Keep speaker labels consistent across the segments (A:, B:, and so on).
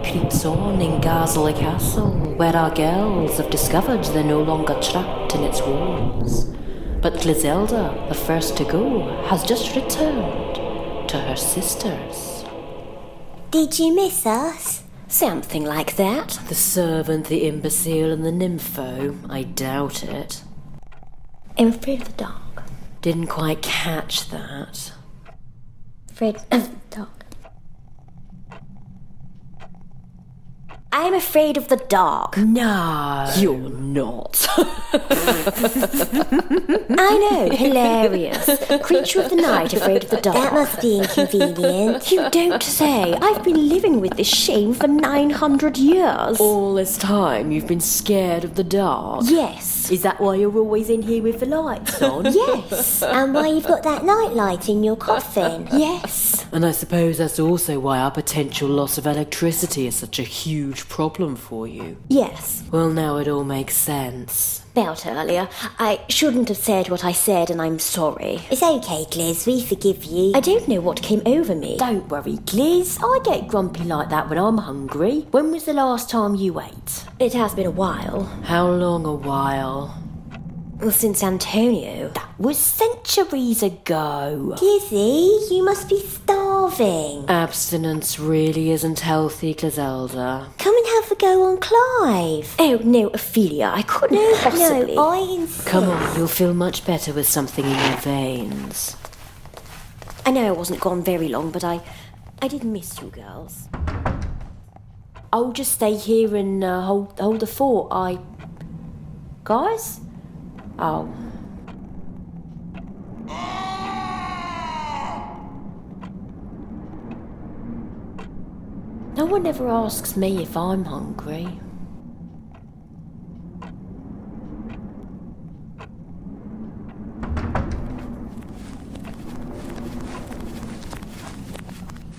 A: dawn in Garzala Castle, where our girls have discovered they're no longer trapped in its walls. But Glizelda, the first to go, has just returned to her sisters.
B: Did you miss us?
A: Something like that. The servant, the imbecile, and the nympho. I doubt it.
B: I'm afraid of the dog.
A: Didn't quite catch that.
B: Afraid of the dog. I'm afraid of the dog.
A: No. You're not.
B: I know, hilarious. Creature of the night, afraid of the dog.
C: That must be inconvenient.
B: You don't say. I've been living with this shame for 900 years.
A: All this time you've been scared of the dark.
B: Yes.
A: Is that why you're always in here with the lights on?
B: Yes.
C: and why you've got that nightlight in your coffin.
B: Yes.
A: And I suppose that's also why our potential loss of electricity is such a huge problem for you.
B: Yes.
A: Well, now it all makes sense.
B: About earlier. I shouldn't have said what I said, and I'm sorry.
C: It's okay, Gliz. We forgive you.
B: I don't know what came over me.
A: Don't worry, Gliz. I get grumpy like that when I'm hungry. When was the last time you ate?
B: It has been a while.
A: How long a while?
B: Since Antonio.
A: That was centuries ago.
C: Glizzy, you must be starving.
A: Abstinence really isn't healthy, Griselda.
C: Come and have a go on Clive.
B: Oh, no, Ophelia, I couldn't possibly.
C: No, I insist.
A: Come on, you'll feel much better with something in your veins.
B: I know I wasn't gone very long, but I, I did miss you girls.
A: I'll just stay here and uh, hold hold the fort. I, guys, oh, no one ever asks me if I'm hungry.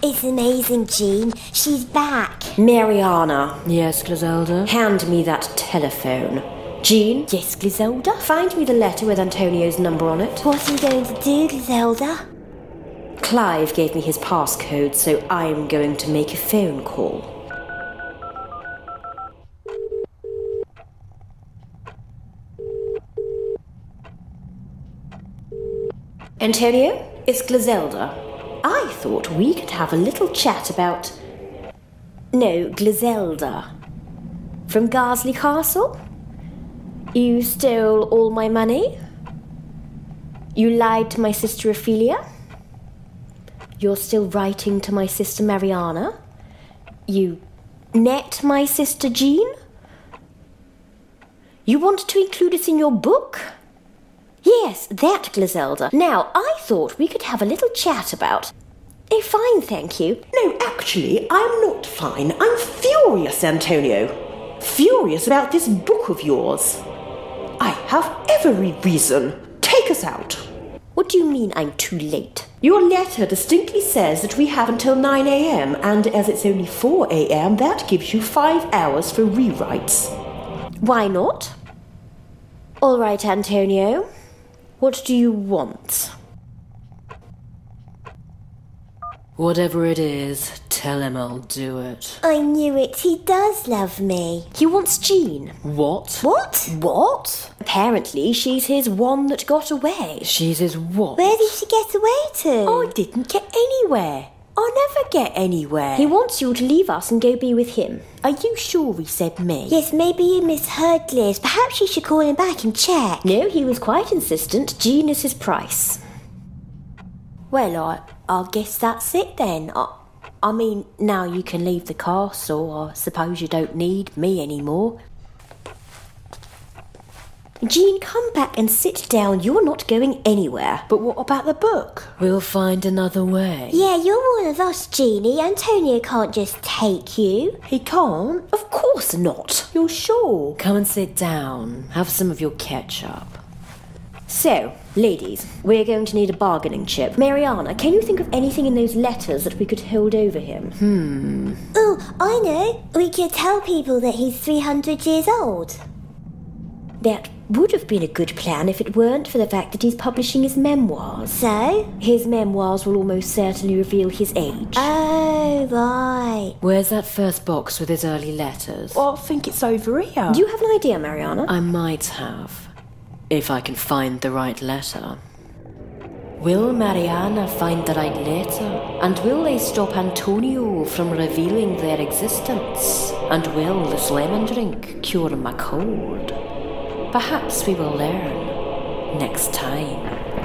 C: It's amazing, Jean. She's back.
B: Mariana,
A: Yes, Griselda.
B: hand me that telephone. Jean? Yes, Griselda? Find me the letter with Antonio's number on it.
C: What are you going to do, Griselda?
B: Clive gave me his passcode, so I'm going to make a phone call. Antonio, it's Glazelda. I thought we could have a little chat about. No, Glazelda. From Garsley Castle? You stole all my money? You lied to my sister Ophelia? You're still writing to my sister Mariana? You met my sister Jean? You want to include us in your book? Yes, that, Griselda. Now, I thought we could have a little chat about. Oh, fine, thank you.
D: No, actually, I'm not fine. I'm furious, Antonio. Furious about this book of yours. I have every reason. Take us out.
B: What do you mean I'm too late?
D: Your letter distinctly says that we have until 9 a.m., and as it's only 4 a.m., that gives you five hours for rewrites.
B: Why not? All right, Antonio. What do you want?
A: Whatever it is, tell him I'll do it.
C: I knew it. He does love me.
B: He wants Jean.
A: What?
C: What?
B: What? Apparently, she's his one that got away.
A: She's his what?
C: Where did she get away to?
B: I didn't get anywhere.
D: I'll never get anywhere.
B: He wants you to leave us and go be with him. Are you sure he said me?
C: Yes, maybe you misheard Liz. Perhaps you should call him back and check.
B: No, he was quite insistent. Jean is his price.
D: Well, I, I guess that's it then. I, I mean, now you can leave the castle. I suppose you don't need me anymore.
B: Jean, come back and sit down. You're not going anywhere.
D: But what about the book?
A: We'll find another way.
C: Yeah, you're one of us, Jeanie. Antonio can't just take you.
D: He can't.
B: Of course not.
D: You're sure?
A: Come and sit down. Have some of your ketchup.
B: So, ladies, we're going to need a bargaining chip. Mariana, can you think of anything in those letters that we could hold over him? Hmm.
C: Oh, I know. We could tell people that he's 300 years old.
B: That would have been a good plan if it weren't for the fact that he's publishing his memoirs.
C: So?
B: His memoirs will almost certainly reveal his age.
C: Oh, right.
A: Where's that first box with his early letters?
D: Oh, I think it's over here.
B: Do you have an idea, Mariana?
A: I might have, if I can find the right letter. Will Mariana find the right letter? And will they stop Antonio from revealing their existence? And will this lemon drink cure my cold? Perhaps we will learn next time.